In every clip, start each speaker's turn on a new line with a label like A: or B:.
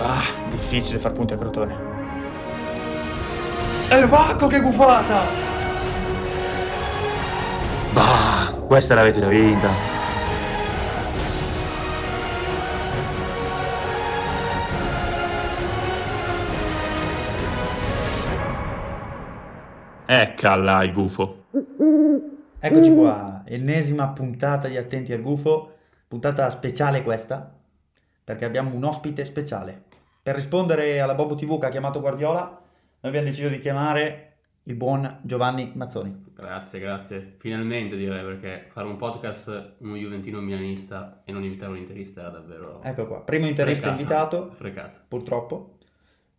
A: Ah, difficile far punti a Crotone.
B: E Vacco che gufata!
C: Bah, questa l'avete vinta. Eccola Ecco il gufo.
A: Eccoci qua, ennesima puntata di Attenti al Gufo, puntata speciale questa, perché abbiamo un ospite speciale. Per rispondere alla Bobo TV che ha chiamato Guardiola, noi abbiamo deciso di chiamare il buon Giovanni Mazzoni.
D: Grazie, grazie. Finalmente direi perché fare un podcast uno Juventino milanista e non invitare un interista era davvero
A: Ecco qua, primo interista
D: sprecato.
A: invitato,
D: Sprecato.
A: purtroppo,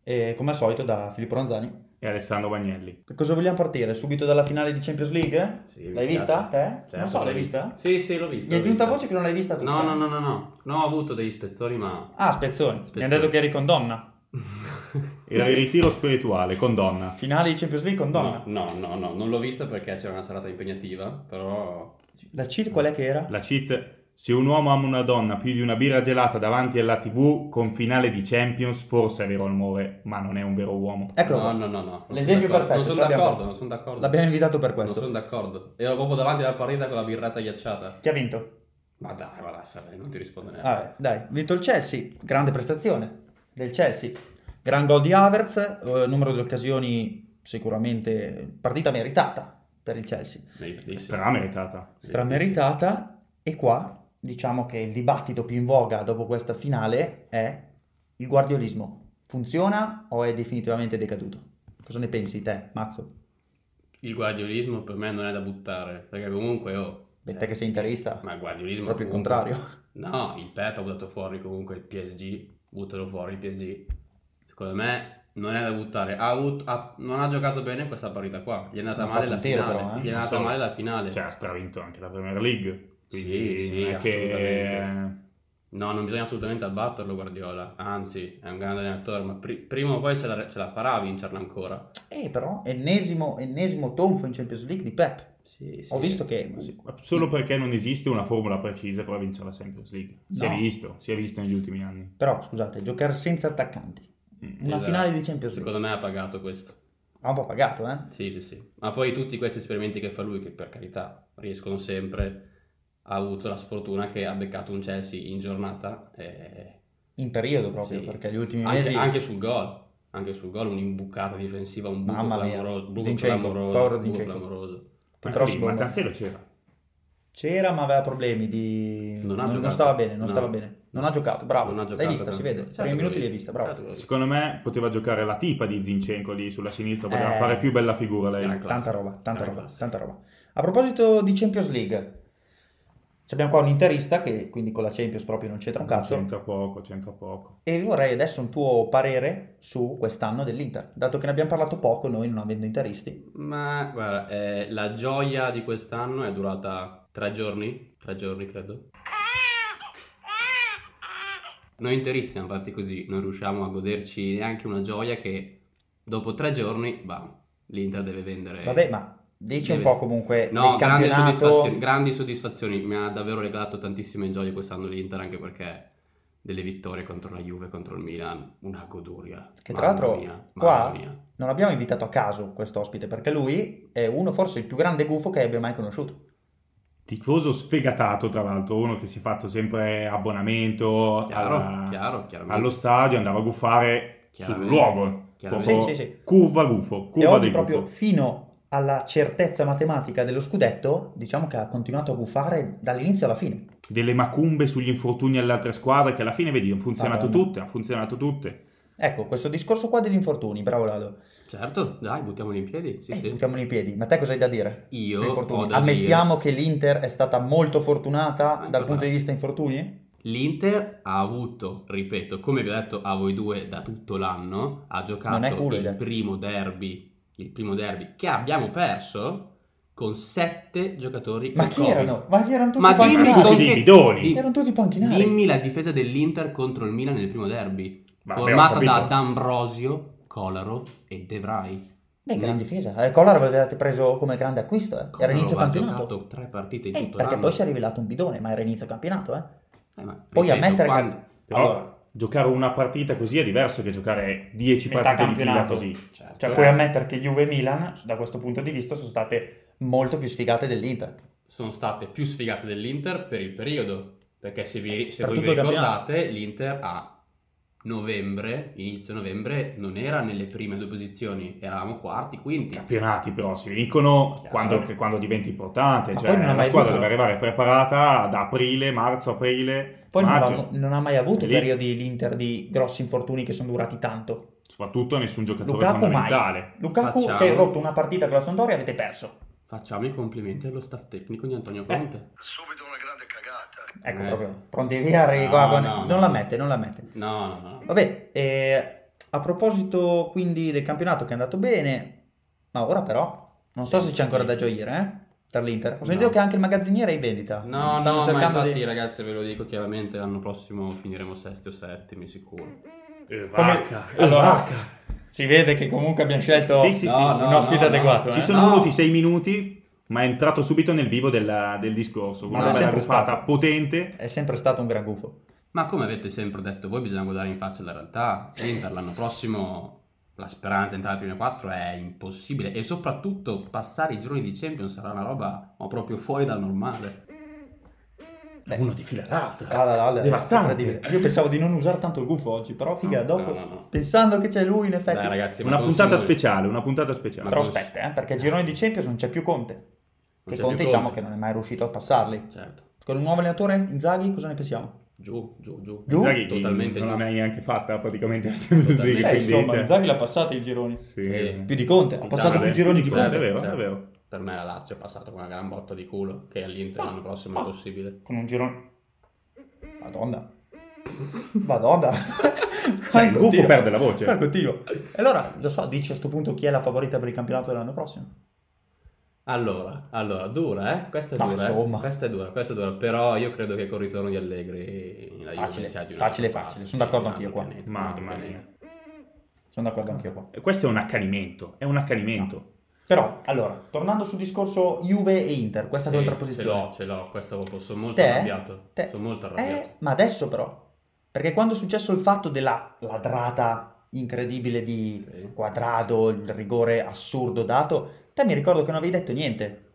A: e come al solito da Filippo Ronzani.
C: E Alessandro Bagnelli.
A: Per cosa vogliamo partire? Subito dalla finale di Champions League?
D: Sì, mi
A: l'hai
D: piace.
A: vista? Te?
D: Certo,
A: non so, l'hai vista?
D: Sì, sì, l'ho vista.
A: Mi è
D: l'ho
A: giunta
D: vista.
A: voce che non l'hai vista tu.
D: No, no, no, no, no. No, ho avuto degli spezzoni, ma
A: Ah, Spezzoni. Mi
D: Spezzoni.
A: ha detto che eri con donna.
C: Era il ritiro spirituale con donna.
A: Finale di Champions League con donna.
D: No, no, no, no, non l'ho vista perché c'era una serata impegnativa, però
A: La C qual è che era?
C: La cheat. Se un uomo ama una donna più di una birra gelata davanti alla TV con finale di Champions, forse è vero amore, ma non è un vero uomo.
A: Eccolo
D: no,
A: qua.
D: no, no, no. Non
A: Ecco. L'esempio
D: sono d'accordo.
A: perfetto,
D: Non
A: ce
D: sono
A: l'abbiamo.
D: d'accordo, non sono d'accordo.
A: L'abbiamo invitato per
D: Non
A: questo.
D: sono d'accordo. Ero proprio davanti alla partita con la birrata ghiacciata.
A: Chi ha vinto?
D: Ma dai, ma lascia, eh, non ti rispondo neanche.
A: Eh, Vabbè, dai, ha vinto il Chelsea, grande prestazione del Chelsea. Gran gol di Havertz, eh, numero di occasioni sicuramente partita meritata per il Chelsea.
D: Meritatissimo.
C: Strameritata.
A: Strameritata e qua diciamo che il dibattito più in voga dopo questa finale è il guardiolismo. Funziona o è definitivamente decaduto? Cosa ne pensi te, Mazzo?
D: Il guardiolismo per me non è da buttare, perché comunque oh,
A: Beh,
D: cioè,
A: te che sei interista,
D: ma il guardiolismo
A: proprio il
D: comunque-
A: contrario.
D: No, il Pep ha buttato fuori comunque il PSG, buttalo fuori il PSG. Secondo me non è da buttare. Ha avuto- ha- non ha giocato bene questa partita qua. Gli è andata
A: Ha fatto
D: male la
A: un tiro,
D: finale.
A: però, eh.
D: Gli è andata
C: Solo-
D: male la finale.
C: Cioè, ha stravinto anche la Premier League. Quindi
D: Sì, sì,
C: non è che...
D: assolutamente. No, non bisogna assolutamente abbatterlo Guardiola. Anzi, è un grande allenatore, ma pri- prima o poi ce la, ce la farà a vincerla ancora.
A: Eh però, ennesimo, ennesimo tonfo in Champions League di Pep.
D: Sì, sì.
A: Ho visto che
C: Ma sì, ma Solo perché non esiste una formula precisa per vincere la Champions League. Si
A: No.
C: è visto, si è visto negli ultimi anni.
A: Però, scusate, giocare senza attaccanti.
C: Mm.
A: Una
D: Esatto.
A: finale di Champions League.
D: Secondo me ha pagato questo.
A: Ha un po' pagato, eh?
D: Sì, sì, sì. Ma poi tutti questi esperimenti che fa lui, che per carità riescono sempre, ha avuto la sfortuna che ha beccato un Chelsea in giornata, eh,
A: In periodo proprio,
D: Sì.
A: perché gli ultimi
D: anche,
A: mesi...
D: anche sul gol, anche sul gol, un'imbucata difensiva, un buco
A: Mamma mia.
D: clamoroso, buco
A: Zinchenko,
D: clamoroso,
A: povero
D: buco
A: Zinchenko.
D: clamoroso.
C: Ma,
A: però
C: sì,
A: secondo
C: ma
A: me-
C: Cancelo c'era.
A: C'era ma aveva problemi di...
D: Non ha
A: non,
D: giocato.
A: stava bene, non
D: No.
A: stava bene. Non ha giocato, bravo.
D: Non ha giocato
A: l'hai vista, si
D: Cancelo.
A: vede.
D: Certo
A: Certo,
D: che
A: minuti
D: l'ho
A: l'hai vista,
D: vista,
A: bravo.
D: certo che l'ho vista.
C: Secondo me poteva giocare la tipa di Zinchenko lì sulla sinistra, poteva
A: Eh.
C: fare più bella figura lei.
D: Era classe.
A: Tanta roba, tanta
D: Era
A: roba,
D: classe.
A: tanta roba. A proposito di Champions League, abbiamo qua un interista che quindi con la Champions proprio non c'entra un cazzo.
C: C'entra poco, c'entra poco.
A: E vorrei adesso un tuo parere su quest'anno dell'Inter, dato che ne abbiamo parlato poco noi non avendo interisti.
D: Ma guarda, eh, la gioia di quest'anno è durata tre giorni, tre giorni credo. Noi interisti siamo fatti così, non riusciamo a goderci neanche una gioia che dopo tre giorni, bam, l'Inter deve vendere.
A: Vabbè, ma dici un
D: Eh. Deve-
A: po' comunque
D: No,
A: il
D: grandi
A: campionato,
D: soddisfazioni, grandi soddisfazioni, mi ha davvero regalato tantissime gioie quest'anno l'Inter anche perché delle vittorie contro la Juve, contro il Milan, una goduria.
A: Che tra
D: Mamma
A: l'altro,
D: mia,
A: qua-
D: mamma mia.
A: non abbiamo invitato a caso questo ospite perché lui è uno forse il più grande gufo che abbia mai conosciuto.
C: Tifoso sfegatato, tra l'altro, uno che si è fatto sempre abbonamento
D: Chiaro,
C: alla-
D: chiaro, chiaramente.
C: Ah, allo stadio, andava a guffare sul
D: Chiaramente.
C: luogo.
D: Chiaramente.
C: Proprio
A: Sì, sì, sì.
C: Curva gufo,
A: e
C: curva
A: oggi
C: di
A: proprio
C: gufo.
A: fino alla certezza matematica dello scudetto, diciamo che ha continuato a gufare dall'inizio alla fine.
C: Delle macumbe sugli infortuni alle altre squadre che alla fine, vedi, hanno funzionato
A: Madonna.
C: tutte, hanno funzionato tutte.
A: Ecco, questo discorso qua degli infortuni, bravo Lado.
D: Certo, dai, buttiamoli in piedi. Sì,
A: Eh,
D: sì.
A: Buttiamolo in piedi. Ma te cosa hai da dire?
D: Io
A: sugli infortuni?
D: ho da Ecco
A: Ammettiamo che l'Inter è stata molto fortunata
D: Anche
A: dal
D: me.
A: punto di vista infortuni?
D: dire, l'Inter ha avuto, ripeto, come vi ho detto a voi due da tutto l'anno, ha
A: Non è
D: giocato
A: culo, hai
D: il
A: detto.
D: primo derby, il primo derby che abbiamo perso con sette giocatori
A: Ma
D: in
A: chi
D: Covid.
A: erano? Ma chi erano tutti
D: Ma
A: panchinari?
D: dimmi
C: Tutti
D: con
C: dei
D: che-
C: bidoni.
D: di-
A: Erano tutti panchinari.
D: Dimmi la difesa dell'Inter contro il Milan nel primo derby,
C: Ma
D: formata
C: abbiamo
D: da
C: capito.
D: D'Ambrosio, Kolarov e De Vrij.
A: Beh, gran difesa. Eh, Collor avevate preso come grande acquisto, eh. Era
D: Kolarov
A: inizio
D: ha
A: campionato.
D: giocato tre partite in
A: Eh,
D: tutto
A: perché
D: l'anno.
A: poi si è rivelato un bidone, ma era inizio campionato, eh.
D: Eh, ma,
A: Poi
D: ripeto,
A: ammettere
D: quando-
A: che... Allora,
C: giocare una partita così è diverso che giocare 10
B: Metà
C: partite di fila
B: campionato.
C: così.
D: Certo.
B: Cioè, puoi ammettere che Juve e Milan, da questo punto di vista, sono state...
A: Molto più sfigate dell'Inter.
D: sono state più sfigate dell'Inter per il periodo. Perché se, vi, se
A: Per
D: voi vi
A: tutto il
D: ricordate, l'Inter a novembre, inizio novembre, non era nelle prime due posizioni, eravamo quarti, quinti.
C: Campionati però si vincono
D: Chiaro.
C: quando, che- quando diventi importante,
B: Ma
C: cioè
B: poi non ha
C: una
B: mai
C: squadra
B: avuto-
C: deve arrivare preparata da aprile, marzo, aprile,
B: Poi non
C: maggio,
B: ha, non ha mai avuto
C: Lì.
B: periodi l'Inter di grossi infortuni che sono durati tanto.
C: soprattutto nessun giocatore
B: Lukaku mai.
C: fondamentale.
B: Lukaku
D: Facciamo-
B: si è rotto una partita con la Sampdoria e avete perso.
D: Facciamo i complimenti allo staff tecnico di
A: Eh.
D: Antonio Conte.
E: Subito una grande cagata.
B: Ecco
D: Eh,
B: proprio.
D: sì.
A: Pronti via, arrivi
D: No,
A: qua con-
D: no,
A: non
D: no.
A: la mette, non la mette.
D: No, no, no.
A: Vabbè, eh, a proposito quindi del campionato che è andato bene, ma ora però non so se c'è ancora da gioire eh, per l'Inter. Ho sentito
D: No.
A: che anche il magazziniere è in vendita. Stanno
D: No, no, ma
A: cercando
D: infatti
A: di-
D: ragazzi ve lo dico chiaramente, l'anno prossimo finiremo sesti o settimi sicuro.
C: Eh,
B: Come-
C: vacca, eh,
B: Allora-
C: vacca.
B: Si vede che comunque abbiamo scelto
C: Sì, sì, sì.
B: un ospite adeguato. eh.
C: Ci sono
D: No.
C: voluti sei minuti, ma è entrato subito nel vivo della- del discorso.
A: Ma
C: Una
A: è
C: bella
A: sempre
C: buffata
A: stato.
C: potente.
A: È sempre stato un gran gufo.
D: Ma come avete sempre detto voi, bisogna guardare in faccia la realtà. L'Inter l'anno prossimo, la speranza di entrare prima quattro è impossibile. E soprattutto passare i giorni di Champions sarà una roba ma proprio fuori dal normale.
A: Beh.
C: Uno di fila all'altro.
A: Ah, là, là, là,
C: Devastante.
A: incredibile. Io pensavo di non usare tanto il gufo oggi, però figa,
D: No,
A: dopo
D: no, no, no.
A: pensando che c'è lui in effetti.
D: Dai ragazzi, ma
C: Una
D: con
C: puntata
D: Simone-
C: speciale, una puntata speciale.
B: Però
D: Ma cos-
B: aspetta, eh, perché gironi di Champions non c'è più Conte.
D: non
A: che
D: c'è
A: Conte
D: più
A: diciamo che non è mai riuscito a passarli.
D: Certo,
A: Con un nuovo allenatore, Inzaghi, cosa ne pensiamo?
D: giù, giù, giù.
A: Giù?
C: Inzaghi
D: Totalmente
C: non l'ha
D: giù.
C: mai neanche fatta praticamente la Champions
D: Totalmente.
C: League,
D: Eh,
C: quindi, cioè,
B: l'ha passata i gironi.
C: sì.
D: Eh,
A: Più di Conte, ha passato
D: Vabbè,
A: più gironi di
D: più di
A: Conte.
C: È vero,
D: Certo.
C: è vero.
D: Per me la Lazio è passata con una gran botta di culo, che all'Inter
B: Ma-
D: l'anno prossimo
C: Ah,
B: ma-
D: è possibile.
C: eh.
B: Con un girone.
A: Madonna. Madonna.
C: Cioè, il gufo perde la voce.
A: Cioè, continuo. E allora, lo so, dici a sto punto chi è la favorita per il campionato dell'anno prossimo?
D: Allora, allora, dura, eh? Questa è
A: Ma
D: dura, eh?
A: insomma.
D: Questa è dura, questa è dura. Però io credo che col ritorno di Allegri la Juve
A: Facile,
D: sia di un
A: facile,
D: altro
A: facile.
D: passo,
A: Sono d'accordo
D: sì, un altro
A: anch'io qua.
D: pianeta, un altro
C: Mamma
D: pianeta.
C: mia.
A: Sono d'accordo anch'io qua.
C: E Questo è un accanimento, è un accanimento.
A: Però, allora, tornando sul discorso Juve e Inter, questa
D: Sì,
A: contrapposizione.
D: Ce l'ho, ce l'ho, questo sono molto
A: Te?
D: arrabbiato.
A: Te?
D: Sono molto arrabbiato.
A: Eh, ma adesso però. Perché quando è successo il fatto della ladrata incredibile di
D: Sì.
A: quadrado, il rigore assurdo dato, te mi ricordo che non avevi detto niente.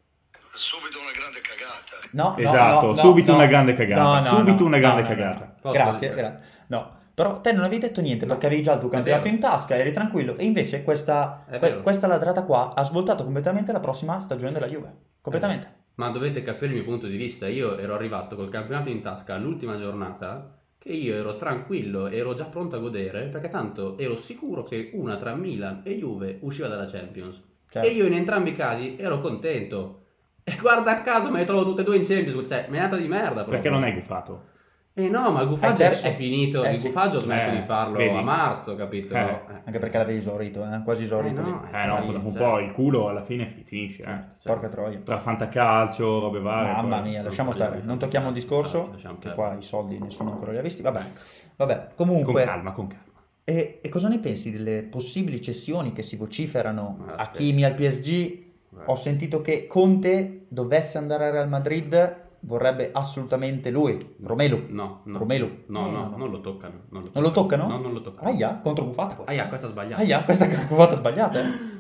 E: Subito una grande cagata.
A: No, no,
C: Esatto,
A: no, no,
C: subito
A: no.
C: una grande cagata,
A: No, no,
C: subito
A: no,
C: una
A: no,
C: grande
A: no, no,
C: cagata.
D: Posso
A: Grazie,
D: dire?
A: grazie. No, però te non avevi detto niente
D: No.
A: perché avevi già il tuo
D: È
A: campionato
D: vero.
A: in tasca, eri tranquillo. E invece questa,
D: È
A: que-
D: vero.
A: questa ladrata qua ha svoltato completamente la prossima stagione della Juve. Completamente.
D: Ma dovete capire il mio punto di vista. Io ero arrivato col campionato in tasca all'ultima giornata che io ero tranquillo, ero già pronto a godere perché tanto ero sicuro che una tra Milan e Juve usciva dalla Champions.
A: Cioè,
D: E Eh, io in entrambi i casi ero contento. E guarda caso me le trovo tutte e due in Champions, cioè menata di merda proprio.
C: Perché non hai gufato?
D: Eh no, ma il
A: Hai
D: gufaggio
A: perso.
D: è finito,
A: Eh
D: il
A: sì.
D: gufaggio ho smesso
C: Eh,
D: di farlo
C: vedi.
D: a marzo, capito?
C: Eh.
D: Eh.
A: Anche perché l'avevi esaurito, eh? certo. quasi
D: Eh cioè,
A: esaurito.
D: no,
C: Eh no, dopo un po' il culo alla fine fi- finisce, eh.
D: certo.
A: Porca troia.
C: Tra fantacalcio, robe varie.
A: Mamma
C: poi-
A: mia, lasciamo stare, non tocchiamo il discorso, che qua i soldi nessuno ancora li ha visti. Vabbè, vabbè.
C: Con
A: comunque,
C: calma, con calma.
A: e, e cosa ne pensi delle possibili cessioni che si vociferano
D: Ah,
A: a
D: sì.
A: Kimi al PSG?
D: Eh.
A: Ho sentito che Conte dovesse andare al Real Madrid, vorrebbe assolutamente lui, Romelu.
D: No, no.
A: Romelu. Eh,
D: No, no,
A: no.
D: non lo toccano. Non lo,
A: Non lo toccano?
D: No, non lo toccano.
A: Aia, controbuffata questa.
D: Aia, questa è sbagliata.
A: Aia, questa è curvata sbagliata. eh.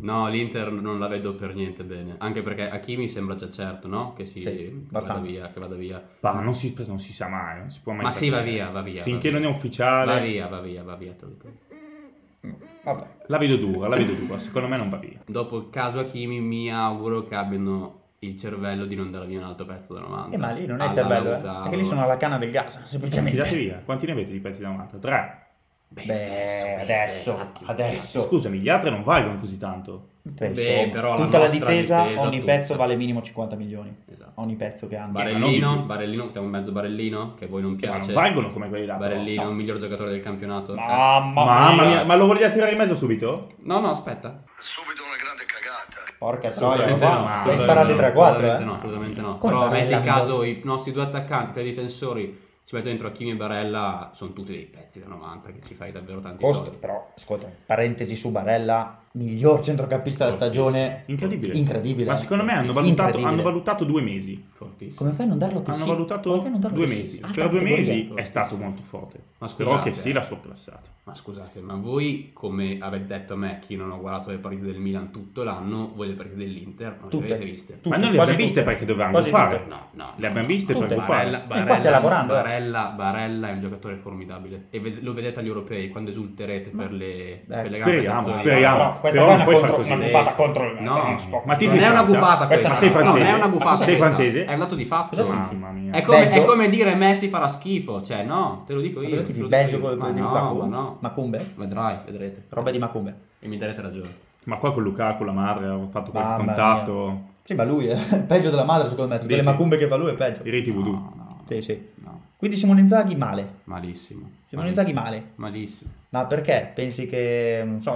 D: No, l'Inter non la vedo per niente bene. Anche perché Hakimi sembra già certo, no? Che si
A: Sì,
D: che vada
A: abbastanza.
D: via, che vada via.
C: Pa, non si, non si sa mai, non si può mai
D: Ma
C: sapere.
D: sì, va
A: eh,
D: via, va via.
C: Finché
D: va via.
C: non è ufficiale,
D: Va via, va via, va via, te lo dico.
A: eh. Vabbè.
C: la vedo dura, la vedo dura. Secondo me non va via.
D: Dopo il caso Hakimi mi auguro che abbiano il cervello di non dare via un altro pezzo della 90.
A: Eh, ma lì non è
D: Alla
A: cervello, eh.
D: Lautaro.
A: Perché lì sono alla canna del gas,
C: Tirate
A: semplicemente.
C: via. Quanti ne avete di pezzi da un'altra? Tre.
D: Beh,
A: Beh,
D: beh, un
A: adesso,
D: attimo.
A: adesso.
C: Scusami, gli altri non valgono così tanto.
A: Beh,
D: Beh,
A: insomma,
D: però la
A: tutta la,
D: nostra
A: difesa,
D: difesa,
A: ogni
D: tutta.
A: pezzo vale minimo 50 milioni.
D: Esatto.
A: Ogni pezzo che hanno.
C: Barella.
D: Barellino,
C: non di-
D: Barellino, che è un mezzo Barellino, che a voi non
C: Eh, ma
D: piace.
C: non valgono come quelli là. però.
D: Barellino,
A: no.
D: il miglior giocatore del campionato. Eh.
B: Mamma,
C: Mamma
B: mia.
C: mia, ma lo vogliate tirare in mezzo subito?
D: No, no, aspetta.
E: Subito una grande cagata.
A: Porca troia,
D: Assolutamente
A: qua
D: no,
A: sei sparati
D: assolutamente no,
A: 3-4, eh.
D: Assolutamente no, assolutamente no.
A: Come
D: Però
A: Barella
D: metti in
A: miglior-
D: caso i nostri due attaccanti, tre difensori, ci metto dentro Achimi e Barella, sono tutti dei pezzi da 90 che ci fai davvero tanti
A: Costa,
D: soldi.
A: però, ascolta, parentesi su Barella, miglior centrocampista della stagione.
C: Incredibile.
A: Incredibile.
C: Ma secondo me hanno valutato,
A: Incredibile.
C: hanno valutato due mesi.
D: Fortissimo.
A: Come fai a non darlo per
C: Hanno
A: sì?
C: valutato
A: Come fai a non darlo
C: due
A: per sì?
C: mesi.
A: Ah,
C: per due
A: tante
C: mesi Eh,
A: categorie.
C: è stato molto forte.
D: Ma
C: Però
D: scusate,
C: che sì, l'ha sorclassato.
D: ma scusate, ma voi come avete detto a me che io non ho guardato le partite del Milan tutto l'anno, voi le partite dell'Inter non
A: Tutte.
D: le avete viste?
A: Tutte,
C: Ma non le
A: quasi
C: abbiamo viste
A: tutte.
C: perché dovevamo
A: Quasi
C: fare.
A: tutte.
D: No, no.
C: Le abbiamo viste
A: Tutte.
C: per
D: Barella,
C: fare.
A: E qua
D: Barella-
A: stai lavorando, eh.
D: Barella- Barella è un giocatore formidabile e ve- lo vedete agli europei quando esulterete per le,
A: eh,
D: per le grandi
C: speriamo,
D: prestazioni.
C: speriamo.
B: Però questa
C: Però
B: qua è
C: non
B: una,
C: puoi far
B: contro,
C: così.
B: una buffata contro il
D: No.
B: non si può-
C: Ma ti
D: Non è
C: fai
D: una
C: Francia?
A: cioè,
B: Questa
D: buffata questa,
B: è
C: Ma sei
B: una-
D: No,
C: francese?
D: non è una
C: Ma
D: buffata
C: tu sei
D: questa.
C: francese?
D: È un dato di
A: Cosa dici?
D: fatto.
C: Mamma mia.
D: È come,
A: Belgio?
D: è come dire Messi farà schifo, cioè no, te lo dico
A: Ma
D: io.
A: cosa
D: te
A: tifi?
D: lo dico
A: Belgio
D: io.
A: con
D: ma
A: con
D: no, ma
A: Lukaku?
D: no.
A: Macumbe?
D: Vedrai, vedrete.
A: Roba di Macumbe.
D: E mi darete ragione.
C: Ma qua con Lukaku, la madre, ho fatto quel
A: Mamma
C: contatto.
A: Sì, ma lui è peggio della madre, secondo me. Tutte le
C: Dici?
A: Macumbe che fa lui è peggio.
C: Direi TV2.
D: No, no,
A: Sì, sì.
D: no.
A: Quindi Simone Inzaghi male.
D: Malissimo.
A: Simone Inzaghi male.
D: Malissimo.
A: Ma perché? Pensi che, non so,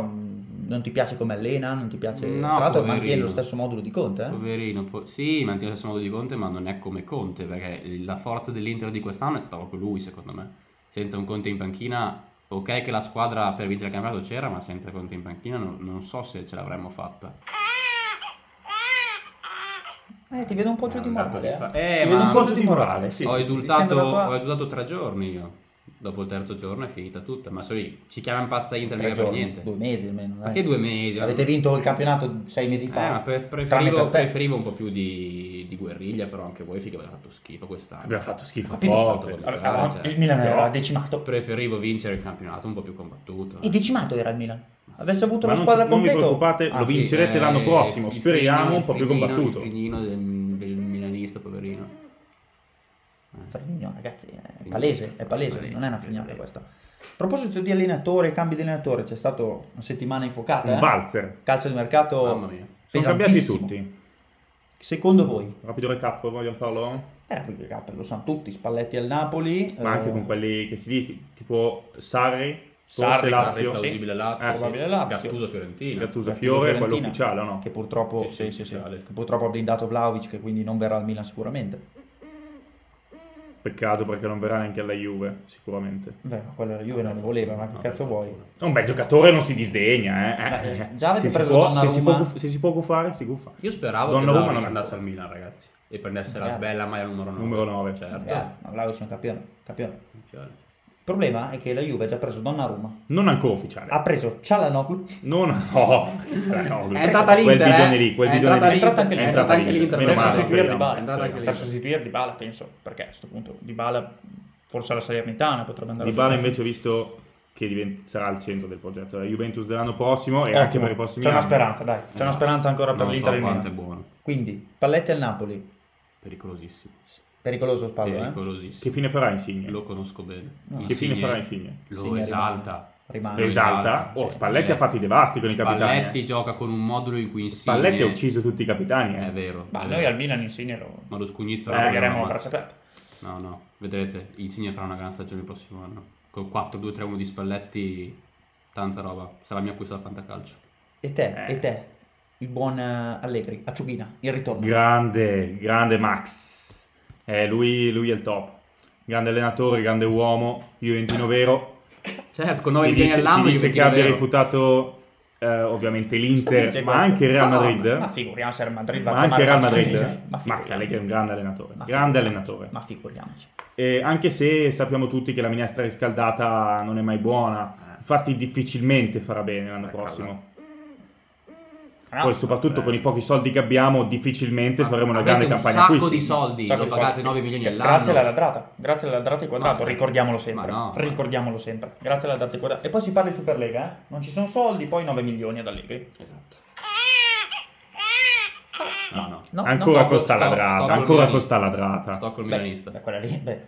A: non ti piace come allena, non ti piace...
D: No,
A: Cioè, Tra l'altro
D: poverino.
A: mantiene lo stesso modulo di Conte, eh?
D: Poverino, po- sì, mantiene lo stesso modo di Conte, ma non è come Conte, perché la forza dell'Inter di quest'anno è stata proprio lui, secondo me. Senza un Conte in panchina, ok che la squadra per vincere il campionato c'era, ma senza Conte in panchina non, non so se ce l'avremmo fatta.
A: Eh, ti vedo un po' giù
D: È
A: di
D: un dato
A: morale,
D: di
A: eh.
D: fa-
A: Ti
D: Eh,
A: vedo
D: ma
A: un po'
D: un
A: giù
D: po'
A: di
C: di
A: morale,
C: morale,
A: sì,
D: ho,
A: sì, sì,
D: esultato,
A: dicendolo qua.
D: ho esultato tre giorni io. Dopo il terzo giorno è finita tutta, ma sì, ci chiamano pazza Inter
A: Tre
D: mica per
A: giorni,
D: niente.
A: due mesi almeno, dai.
D: Ma che due mesi?
A: Avete vinto il campionato sei mesi fa.
D: Eh, ma per-
A: tranne
D: preferivo,
A: per te.
D: preferivo un po' più di, di guerriglia, però anche voi figa avete fatto schifo quest'anno.
C: Abbiamo fatto schifo.
A: Capito?
C: forte.
D: Fatto-
B: Allora, allora,
D: Cioè,
B: il Milan
C: però-
B: era decimato.
D: Preferivo vincere il campionato un po' più combattuto.
A: E decimato era il Milan. Avesse avuto
C: Ma
A: una
C: non,
A: squadra
C: ci- non vi
A: completa...
C: preoccupate, lo
A: Ah,
D: Sì,
C: vincerete
D: eh,
C: l'anno prossimo.
D: il
C: Speriamo
D: frignino-
C: un po' più
D: il frignino-
C: combattuto.
D: Il frignino del, del milanista, poverino. Eh.
A: Fermino, ragazzi, è palese, è palese,
D: Palese,
A: non è una
D: è
A: frignata
D: palese.
A: questa. A proposito di allenatore, cambi di allenatore, c'è stata una settimana infuocata,
C: Un
A: eh?
C: valzer.
A: Calcio di mercato
D: Mamma mia.
C: Sono cambiati
A: pesantissimo.
C: tutti.
A: Secondo voi?
C: Rapido recap, vogliamo farlo?
A: Eh, perché, ah, lo sanno tutti, Spalletti al Napoli.
C: Ma anche
A: eh,
C: con quelli che si dice, tipo Sarri, forse
A: Sarri,
C: Lazio,
A: Sarri,
D: Plausibile Lazio.
C: Eh,
D: sì.
A: probabile Lazio.
D: Gattuso Fiorentina.
C: Gattuso
A: Gattuso,
C: Fiore, quello
A: Fiorentina,
C: ufficiale o no?
A: Che purtroppo,
D: Sì, sì,
A: sì, sì, sì,
D: ufficiale.
A: che purtroppo ha blindato Vlaovic, che quindi non verrà al Milan sicuramente.
C: Peccato perché non verrà neanche alla Juve, sicuramente.
A: Beh, ma quello la Juve non lo voleva, ma che
D: No,
A: cazzo
D: per
A: vuoi?
D: fortuna.
C: Un bel giocatore non si disdegna, eh.
A: Ma,
C: Eh,
A: eh,
C: eh.
A: già avete
C: se, si
A: preso
C: può, se, si può,
A: Donnarumma?
C: guf- se si può guffare, si guffa.
D: Io speravo
C: Donnarumma
D: che Vlahovic
C: non è
D: andasse al
C: ancora.
D: Milan, ragazzi, e prendesse la
A: Magari.
D: bella maglia numero 9.
C: Numero nove.
D: Certo. Cioè,
A: Eh, ma Vlaovic è un campione, campione.
D: Ufficiale.
A: Il problema è che la Juve ha già preso Donnarumma,
C: Non ancora ufficiale.
A: ha preso Cialanoglu,
C: Non... Oh, cioè, no,
D: È entrata
C: Quel
D: l'Inter, eh.
C: bidone lì, quel
D: È
C: bidone
D: entrata
C: lì.
A: l'Inter, è entrata anche l'Inter,
C: Meno
A: per
C: male,
A: sostituire
C: speriamo.
A: Dybala.
C: È
D: entrata anche
B: per
D: l'Inter.
B: sostituire Di Bala, penso, perché a questo punto Di Bala forse alla Salernitana potrebbe andare.
C: Di Bala invece ho visto che divent- sarà al centro del progetto della Juventus dell'anno prossimo e
B: Ottimo.
C: anche per i prossimi
B: C'è una
C: anni.
B: speranza, dai. C'è una speranza ancora per
D: Non
B: l'Inter e
D: so
B: il
D: quanto è
B: Milan.
D: buono.
A: quindi Palletti al Napoli,
D: Pericolosissimo.
A: pericoloso Spallo, eh?
C: Che
D: Pericolosissimo.
C: fine farà Insigne?
D: Lo conosco bene.
A: No.
C: Che fine
D: Insigne
C: farà Insigne?
D: Lo
A: Insigne
D: esalta.
A: rimane.
C: Lo
D: Esatto.
C: esalta?
D: Sì.
C: Oh, Spalletti ha fatto i devasti con i
D: Spalletti
C: capitani. eh.
D: gioca con un modulo in cui Insigne...
C: Spalletti ha ucciso tutti i capitani. eh.
D: È vero.
B: Ma
D: è
B: noi
D: vero.
B: al Milan Insigne lo
D: Ma lo scugnizzo...
B: lo
D: no,
B: pagheremo
D: no,
B: a
D: ma-
B: Eh, braccia aperte.
D: No, no. Vedrete, Insigne farà una gran stagione il prossimo anno. Col 4-2-3-1 di Spalletti, tanta roba. Sarà il mio acquisto al fantacalcio.
A: E te,
C: Eh.
A: e te, il buon eh, Allegri, a Ciuchina, il ritorno.
C: Grande, grande Max. Eh, lui, lui è il top. Grande allenatore, grande uomo, Juventino vero.
D: Certo, con
C: si
D: noi viene
C: dice, si
D: all'anno
C: dice che abbia rifutato eh, ovviamente
A: Si
C: l'Inter,
A: dice
C: ma
A: questo?
C: anche il Real
A: No,
C: Madrid.
B: Ma figuriamo se il Madrid va
C: ma
B: a
C: anche il
B: chiamare Max
C: Real Madrid.
B: Allegri. eh.
A: Ma
C: Max
A: figuriamoci.
C: Allegri è un grande allenatore.
A: Ma
C: grande
A: figuriamoci.
C: allenatore.
A: Ma figuriamoci.
C: E anche se sappiamo tutti che la minestra riscaldata non è mai buona, infatti difficilmente farà bene l'anno
D: Eh,
C: prossimo.
B: Ah,
C: Poi soprattutto con i pochi soldi che abbiamo difficilmente faremo una
D: eh, Avete
C: grande
D: un
C: campagna
D: sacco
C: acquisti.
D: di soldi,
B: Sacco
D: lo
B: di
D: pagate
B: soldi.
D: 9 milioni all'anno.
B: Grazie alla ladrata, grazie alla ladrata e quadrato,
D: Ma-
B: ricordiamolo sempre.
D: ma no.
B: Ricordiamolo sempre. Grazie alla ladrata e quadrato. E poi si parla di Superlega, eh? Non ci sono soldi, poi 9 milioni ad Allegri.
D: Esatto. No, no.
A: No,
C: ancora
A: no,
C: con sta
D: sto-
C: ladrata,
D: sto col
C: ancora con
D: Milanista.
C: sta ladrata.
D: Sto col
A: Beh,
D: milanista.
A: beh, quella lì, beh,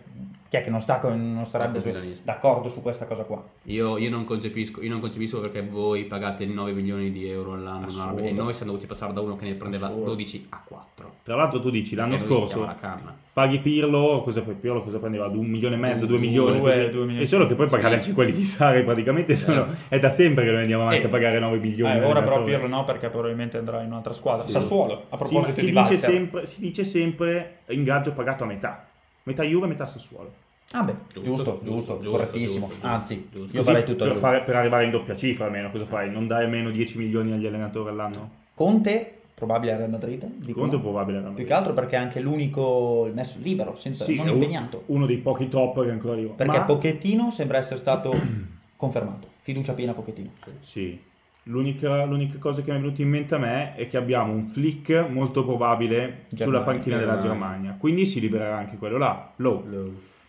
A: chi è che non, sta con- non sarebbe
D: Sta col
A: su-
D: milanista.
A: d'accordo su questa cosa qua?
D: Io, io non concepisco, io non concepisco perché voi pagate 9 milioni di euro all'anno una roba- e
A: Assurdo.
D: noi siamo dovuti passare da uno che ne prendeva
A: Assurdo.
D: 12 a 4.
C: Tra l'altro tu dici l'anno scorso
D: la canna.
C: paghi Pirlo, cosa poi Pirlo cosa prendeva? Un milione e mezzo, due
D: Due,
C: milioni?
B: due,
C: così.
B: due milioni.
C: E solo che poi pagare
D: Sì.
C: anche quelli di Sari praticamente sono... È da sempre che noi andiamo avanti
B: Eh.
C: a pagare 9
B: Eh,
C: milioni.
B: ora però
C: all'allenatore.
B: Pirlo no, perché probabilmente andrà in un'altra squadra.
C: Sì.
B: Sassuolo, a
C: Sì, ma
B: proposito
C: si,
B: di
C: dice
B: Barca.
C: sempre, si dice sempre ingaggio pagato a metà. Metà Juve, metà Sassuolo.
A: Ah beh,
D: Giusto,
A: giusto, giusto,
D: giusto, giusto,
A: correttissimo.
D: giusto,
A: Anzi,
D: giusto.
A: io
D: Così
A: farei tutto a
C: per,
A: lui.
C: fare- per arrivare in doppia cifra almeno, cosa fai? Non dai almeno 10 milioni agli allenatori all'anno?
A: Conte, probabile al Real Madrid. dico
C: Conte è
A: no.
C: probabile. era
A: Più che altro perché è anche l'unico il messo libero, senza,
C: Sì,
A: non
C: è un-
A: impegnato.
C: Uno dei pochi top che ancora arriva.
A: Perché
C: Ma-
A: Pochettino sembra essere stato confermato. Fiducia piena a Pochettino.
C: Sì. L'unica, l'unica cosa che mi è venuta in mente a me è che abbiamo un flick molto probabile sulla
A: Germania,
C: panchina della
D: Germania.
C: Germania. Quindi si libererà anche quello là. Low.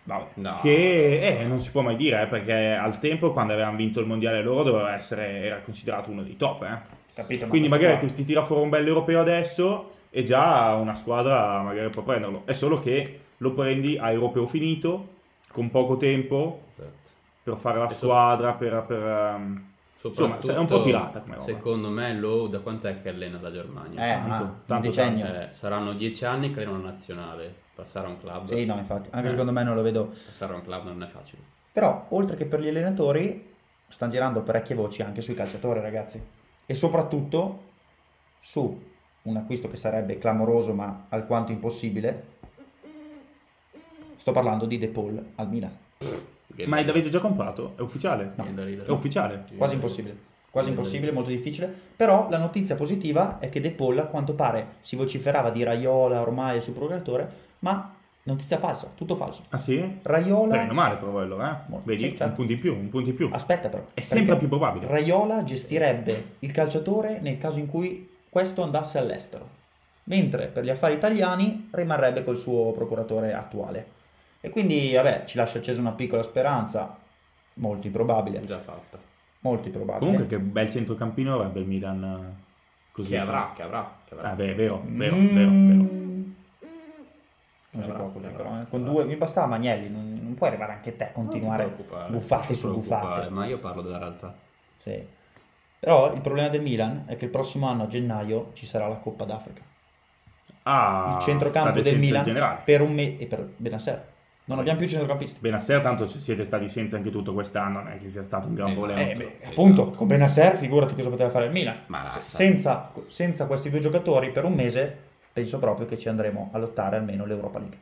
C: Vabbè.
D: No.
C: Che eh, non si può mai dire, eh, perché al tempo, quando avevano vinto il mondiale loro, doveva essere, era considerato uno dei top. eh.
B: Capito? Ma
C: Quindi
B: questo
C: magari
B: qua-
C: ti, ti tira fuori un bel europeo adesso e già una squadra magari può prenderlo. È solo che lo prendi a europeo finito, con poco tempo,
D: Esatto.
C: per fare la
D: E so-
C: squadra, per... per, ehm, Insomma, è un po' tirata come roba.
D: Secondo me Lowe da quant'è che allena la Germania?
A: Eh, ma
C: tanto,
A: un
C: tanto,
A: decennio.
D: Eh, saranno dieci anni che allena una nazionale. Passare a un club,
A: Sì, no, infatti. Anche
D: Eh.
A: secondo me non lo vedo.
D: passare a un club non è facile.
A: Però, oltre che per gli allenatori, stanno girando parecchie voci anche sui calciatori, ragazzi. E soprattutto su un acquisto che sarebbe clamoroso ma alquanto impossibile. Sto parlando di De Paul al Milan.
C: Ma l'avete già comprato? È ufficiale?
D: Viene da ridere.
C: È ufficiale.
A: Quasi impossibile. Quasi impossibile, molto difficile. Però la notizia positiva è che De Paul, a quanto pare, si vociferava di Raiola ormai il suo procuratore, ma notizia falsa, tutto falso.
C: Ah sì?
A: Raiola...
C: Bene, male però quello, eh.
A: Molto,
C: Vedi?
A: sì, certo.
C: Un punto in più, un punto in più.
A: Aspetta però.
C: È sempre
A: perché
C: più probabile.
A: Raiola gestirebbe il calciatore nel caso in cui questo andasse all'estero, mentre per gli affari italiani rimarrebbe col suo procuratore attuale. E quindi, vabbè, ci lascia accesa una piccola speranza, molto improbabile,
D: Già fatta.
A: molto improbabile.
C: Comunque che bel centrocampino avrebbe il Milan eh, così.
D: Che avrà, che avrà, che avrà.
C: Ah, beh, è vero, vero,
A: Mm.
C: vero, vero.
A: Non si
D: Avrà,
A: preoccupi,
D: avrà,
A: però, eh.
D: avrà.
A: Con due mi bastava Magnelli, non, non puoi arrivare anche te a
D: Non
A: continuare
D: ti preoccupare,
A: buffate
D: non
A: su
D: ti preoccupare,
A: buffate.
D: Ma io parlo della realtà.
A: Sì. Però il problema del Milan è che il prossimo anno a gennaio ci sarà la Coppa d'Africa.
C: Ah,
A: il centrocampo
C: state
A: del
C: senza il
A: Milan
C: generale.
A: per un mese e per Benasser. Non abbiamo più centrocampisti.
C: Benasser, tanto ci siete stati senza anche tutto quest'anno, non è che sia stato un gran
D: Eh,
C: volevo.
A: Eh,
D: Esatto,
A: beh,
D: esatto.
A: appunto, con Benasser figurati cosa poteva fare il Milan.
D: Ma
A: Se-
D: basta.
A: senza, senza questi due giocatori per un mese penso proprio che ci andremo a lottare almeno l'Europa League.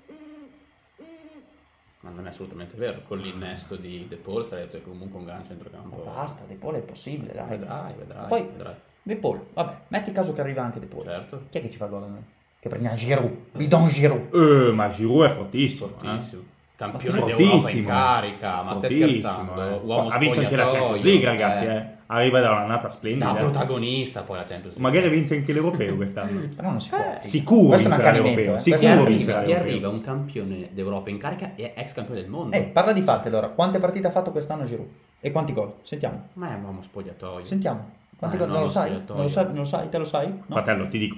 D: Ma non è assolutamente vero. Con l'innesto di De Paul sarebbe comunque un gran centrocampo.
A: Ma basta, De Paul è possibile, dai.
D: Vedrai, vedrai.
A: Poi- eh?
D: vedrai.
A: De Paul, vabbè, metti caso che arriva anche De Paul.
D: Certo.
A: Chi è che ci fa gol a noi? Che prendiamo Giroud, Bidon Giroud.
C: Eh, ma Giroud è fortissimo. eh.
D: Fortissimo. Campione d'Europa in
C: Fortissimo.
D: carica. Ma stai
C: Fortissimo,
D: scherzando?
C: eh.
D: Uomo
C: ha vinto anche la Champions League,
D: spogliatoio,
C: ragazzi.
D: eh.
C: eh. Arriva da un'annata splendida. eh.
D: Da
A: eh.
D: protagonista poi la Champions League.
C: Magari vince anche l'Europeo quest'anno.
A: Però non si può. figa.
C: Sicuro
A: Questo è un
C: vincerà
A: accanimento,
C: l'Europeo.
A: eh.
D: Ti
C: Sicuro
A: Questo è un
C: vincerà
D: arriva, ti
C: l'Europeo.
D: arriva un campione d'Europa in carica e ex campione del mondo.
A: Eh, parla di fatti allora. Quante partite ha fatto quest'anno Giroud? E quanti gol? Sentiamo.
D: Ma è un uomo spogliatoio.
A: Sentiamo. Quanti
D: Eh,
A: gol?
D: no,
A: Non lo
D: lo
A: sai?
D: spogliatoio.
A: Non lo sai? Non lo sai? Te lo sai? No?
C: Fratello, ti dico.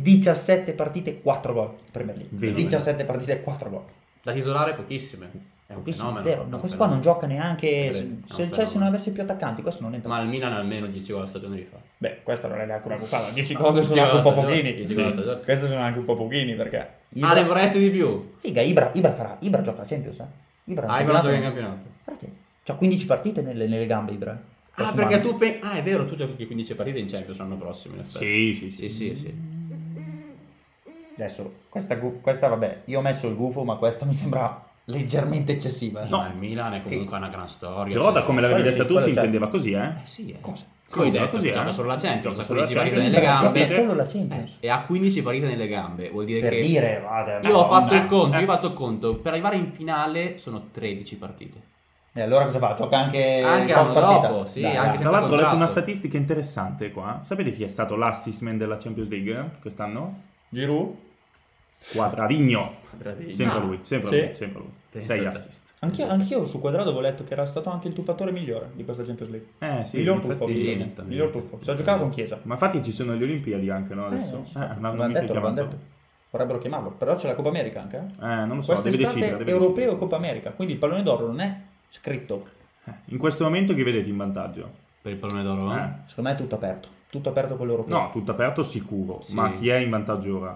A: 17, 17 partite, 4 gol. in Premier League.
C: Vedi.
A: 17 partite, 4 gol.
D: Da titolare pochissime. È un
A: Pochissimo,
D: fenomeno.
A: zero.
D: è un
A: No, questo qua non
D: fenomeno.
A: gioca neanche.
D: È
A: Se,
D: vero, è un
A: se il Chelsea
D: fenomeno.
A: non avesse più attaccanti, questo non entra.
D: Ma il Milan almeno 10 gol la stagione li fa.
B: Beh, questa non è neanche una bufala. 10
D: No,
B: cose sono
D: dieci
B: anche un po'
D: volte,
B: pochini.
D: dieci esatto. volte,
B: Sì.
D: giorno.
B: Queste sono anche un po' pochini perché...
A: Ibra-
D: Ah, ne vorresti di più?
A: Figa, Ibra, Ibra farà. Ibra gioca la Champions, eh. Ibra
D: Ah, Ibra non gioca in campionato.
A: Guardate, c'ha 15 partite nelle, nelle gambe, Ibra. eh.
D: Ah,
A: Prossimo
D: perché
A: anno.
D: tu pensi... Ah, è vero, tu giochi 15 partite in Champions l'anno prossimo, in effetti.
C: Sì, sì, sì.
D: Sì, sì, sì.
A: Adesso, questa, gu- questa, vabbè, io ho messo il gufo, ma questa mi sembra leggermente eccessiva. eh.
D: No. Ma il Milan è comunque una gran storia.
C: Però
D: cioè-
C: da come l'avevi
A: Quello
C: detta
A: sì,
C: tu si
A: quello c'è.
C: intendeva così, eh?
D: Eh sì, eh.
A: Cosa?
D: Come hai
C: Sì,
D: detto,
C: così,
D: gioca
C: eh.
D: solo la Champions,
C: Gioca
D: ha
C: solo la
D: 15 partite
C: Champions.
D: nelle
A: Ibra gioca
D: gambe. Eh,
A: solo la Champions.
D: E ha 15 partite nelle gambe, vuol dire
A: per
D: che...
A: dire, vada,
D: Io ho fatto
A: madonna.
D: il conto,
C: Eh.
D: io ho fatto il conto. Per arrivare in finale sono 13 partite.
A: E allora cosa fa? Gioca anche
D: Anche
A: post
D: l'anno
A: partita?
D: dopo, sì,
A: Dai,
D: anche
A: dai.
C: Tra l'altro ho letto
D: contratto.
C: una statistica interessante qua. Sapete chi è stato l'assist man della Champions League eh, quest'anno?
B: Giroud?
C: Quadradigno. Sempre
A: Ah,
C: lui, sempre
A: sì.
C: lui, sempre lui.
D: Pensa
C: Sei
D: te.
C: assist.
A: Anch'io, anch'io su Quadrado avevo letto che era stato anche il tuffatore migliore di questa Champions League.
C: Eh sì,
A: miglior
C: infatti-
A: tuffo,
D: sì.
A: miglior, miglior tuffo. Se giocava con Chiesa.
C: Ma infatti ci sono le Olimpiadi anche, no? Adesso?
A: Eh,
C: Eh, non hanno
A: l'hanno
C: mica
A: detto, l'hanno
C: chiamato.
A: detto. Vorrebbero chiamarlo, però c'è la Coppa America anche. Eh?
C: Eh, non lo so, deve
A: Quest'estate
C: decidere. deve
A: europeo
C: decidere.
A: Coppa America, quindi il pallone d'oro non è scritto.
C: Eh, In questo momento chi vedete in vantaggio?
D: Per il pallone d'oro, eh?
C: Eh,
A: Secondo me è tutto aperto, tutto aperto con l'europeo.
C: No, tutto aperto sicuro,
D: Sì.
C: ma chi è in vantaggio ora?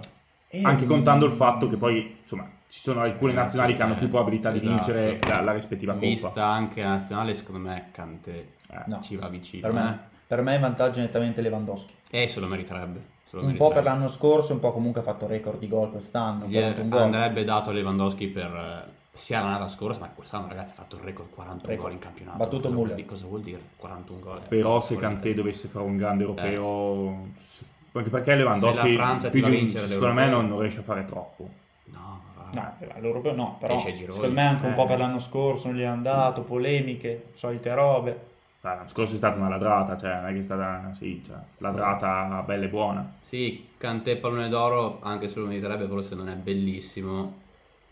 A: Eh,
C: Anche
A: mm,
C: contando il fatto che poi, insomma, ci sono alcune
D: Eh,
C: nazionali
D: sì,
C: che hanno
D: eh,
C: più probabilità di
D: esatto.
C: vincere la, la rispettiva
D: Vista anche la nazionale, secondo me Kanté
C: coppa. Eh.
A: No,
D: ci va vicino.
A: per me, per me è in vantaggio nettamente Lewandowski.
D: eh? E se lo meriterebbe. se
A: Un po'
D: lo meriterebbe.
A: per l'anno scorso, un po' comunque ha fatto record di gol quest'anno.
D: Gli-
A: 41 gol.
D: Andrebbe dato a Lewandowski per eh, sia l'annata scorsa, ma anche quest'anno, ragazzi, ha fatto il record 41
B: Record.
D: gol in campionato.
B: Battuto
D: cosa
B: Müller.
D: Vuol dire, cosa vuol dire? 41 gol. eh.
C: Però se Kanté dovesse fare un grande europeo, anche perché
D: Se
C: Lewandowski
D: la Francia ti
C: più
D: va
C: di
D: a
C: un-
D: vincere
C: secondo me
D: l'Europeo.
C: non, non riesce a fare troppo.
D: No, ma va.
B: No,
A: eh,
B: all'europeo no, però
D: Esce a gironi.
B: secondo me anche un
C: Eh.
B: po' per l'anno scorso non gli è andato, polemiche, solite robe.
C: Dai, Cioè, L'anno scorso è stata una ladrata, cioè non è che è stata sì, cioè, ladrata bella e buona.
D: Sì, Kanté pallone d'oro, anche se lo meriterebbe, però se non è bellissimo,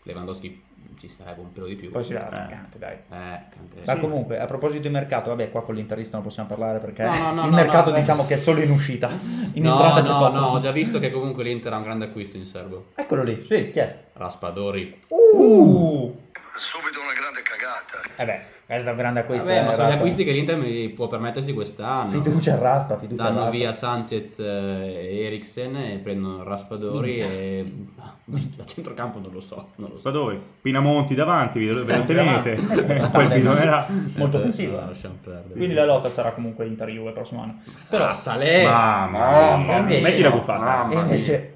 D: Lewandowski ci starebbe un pelo di più.
B: Poi si era
C: Eh.
B: attaccante, dai.
D: Eh, Kanté.
A: Ma
C: Sì.
A: comunque, a proposito di mercato, vabbè, qua con l'interista non possiamo parlare perché
D: No, no, no,
A: il
D: no,
A: mercato
D: no, beh.
A: diciamo che è solo in uscita, in
D: no,
A: entrata c'è
D: no,
A: poco.
D: no, ho già visto che comunque l'Inter ha un grande acquisto in serbo.
A: Eccolo lì, sì, chi è?
D: Raspadori.
A: Uh!
E: Subito una grande cagata.
A: Eh beh, questa è una grande acquisto.
D: Vabbè,
A: eh,
D: ma sono gli
A: Raspa.
D: acquisti che l'Inter mi può permettersi quest'anno.
A: Fiducia a Raspa, fiducia a
D: Danno
A: Raspa.
D: via Sanchez eh, e Eriksen e prendono Raspadori e... A centrocampo non lo so, non lo so.
C: Spadori, Pinamonti davanti, ve lo, ve lo
B: Davanti.
C: tenete.
A: Eh,
C: Quel bidone là.
B: Molto
D: Eh,
B: offensivo,
D: no,
B: eh.
D: lasciamo perdere.
B: Quindi la lotta sarà comunque Inter-Juve il prossimo anno.
D: Però a Salè...
C: Mamma
A: mia.
C: mia,
A: Invece
C: metti la
A: no.
C: buffata.
A: E
D: Mamma mia.
A: invece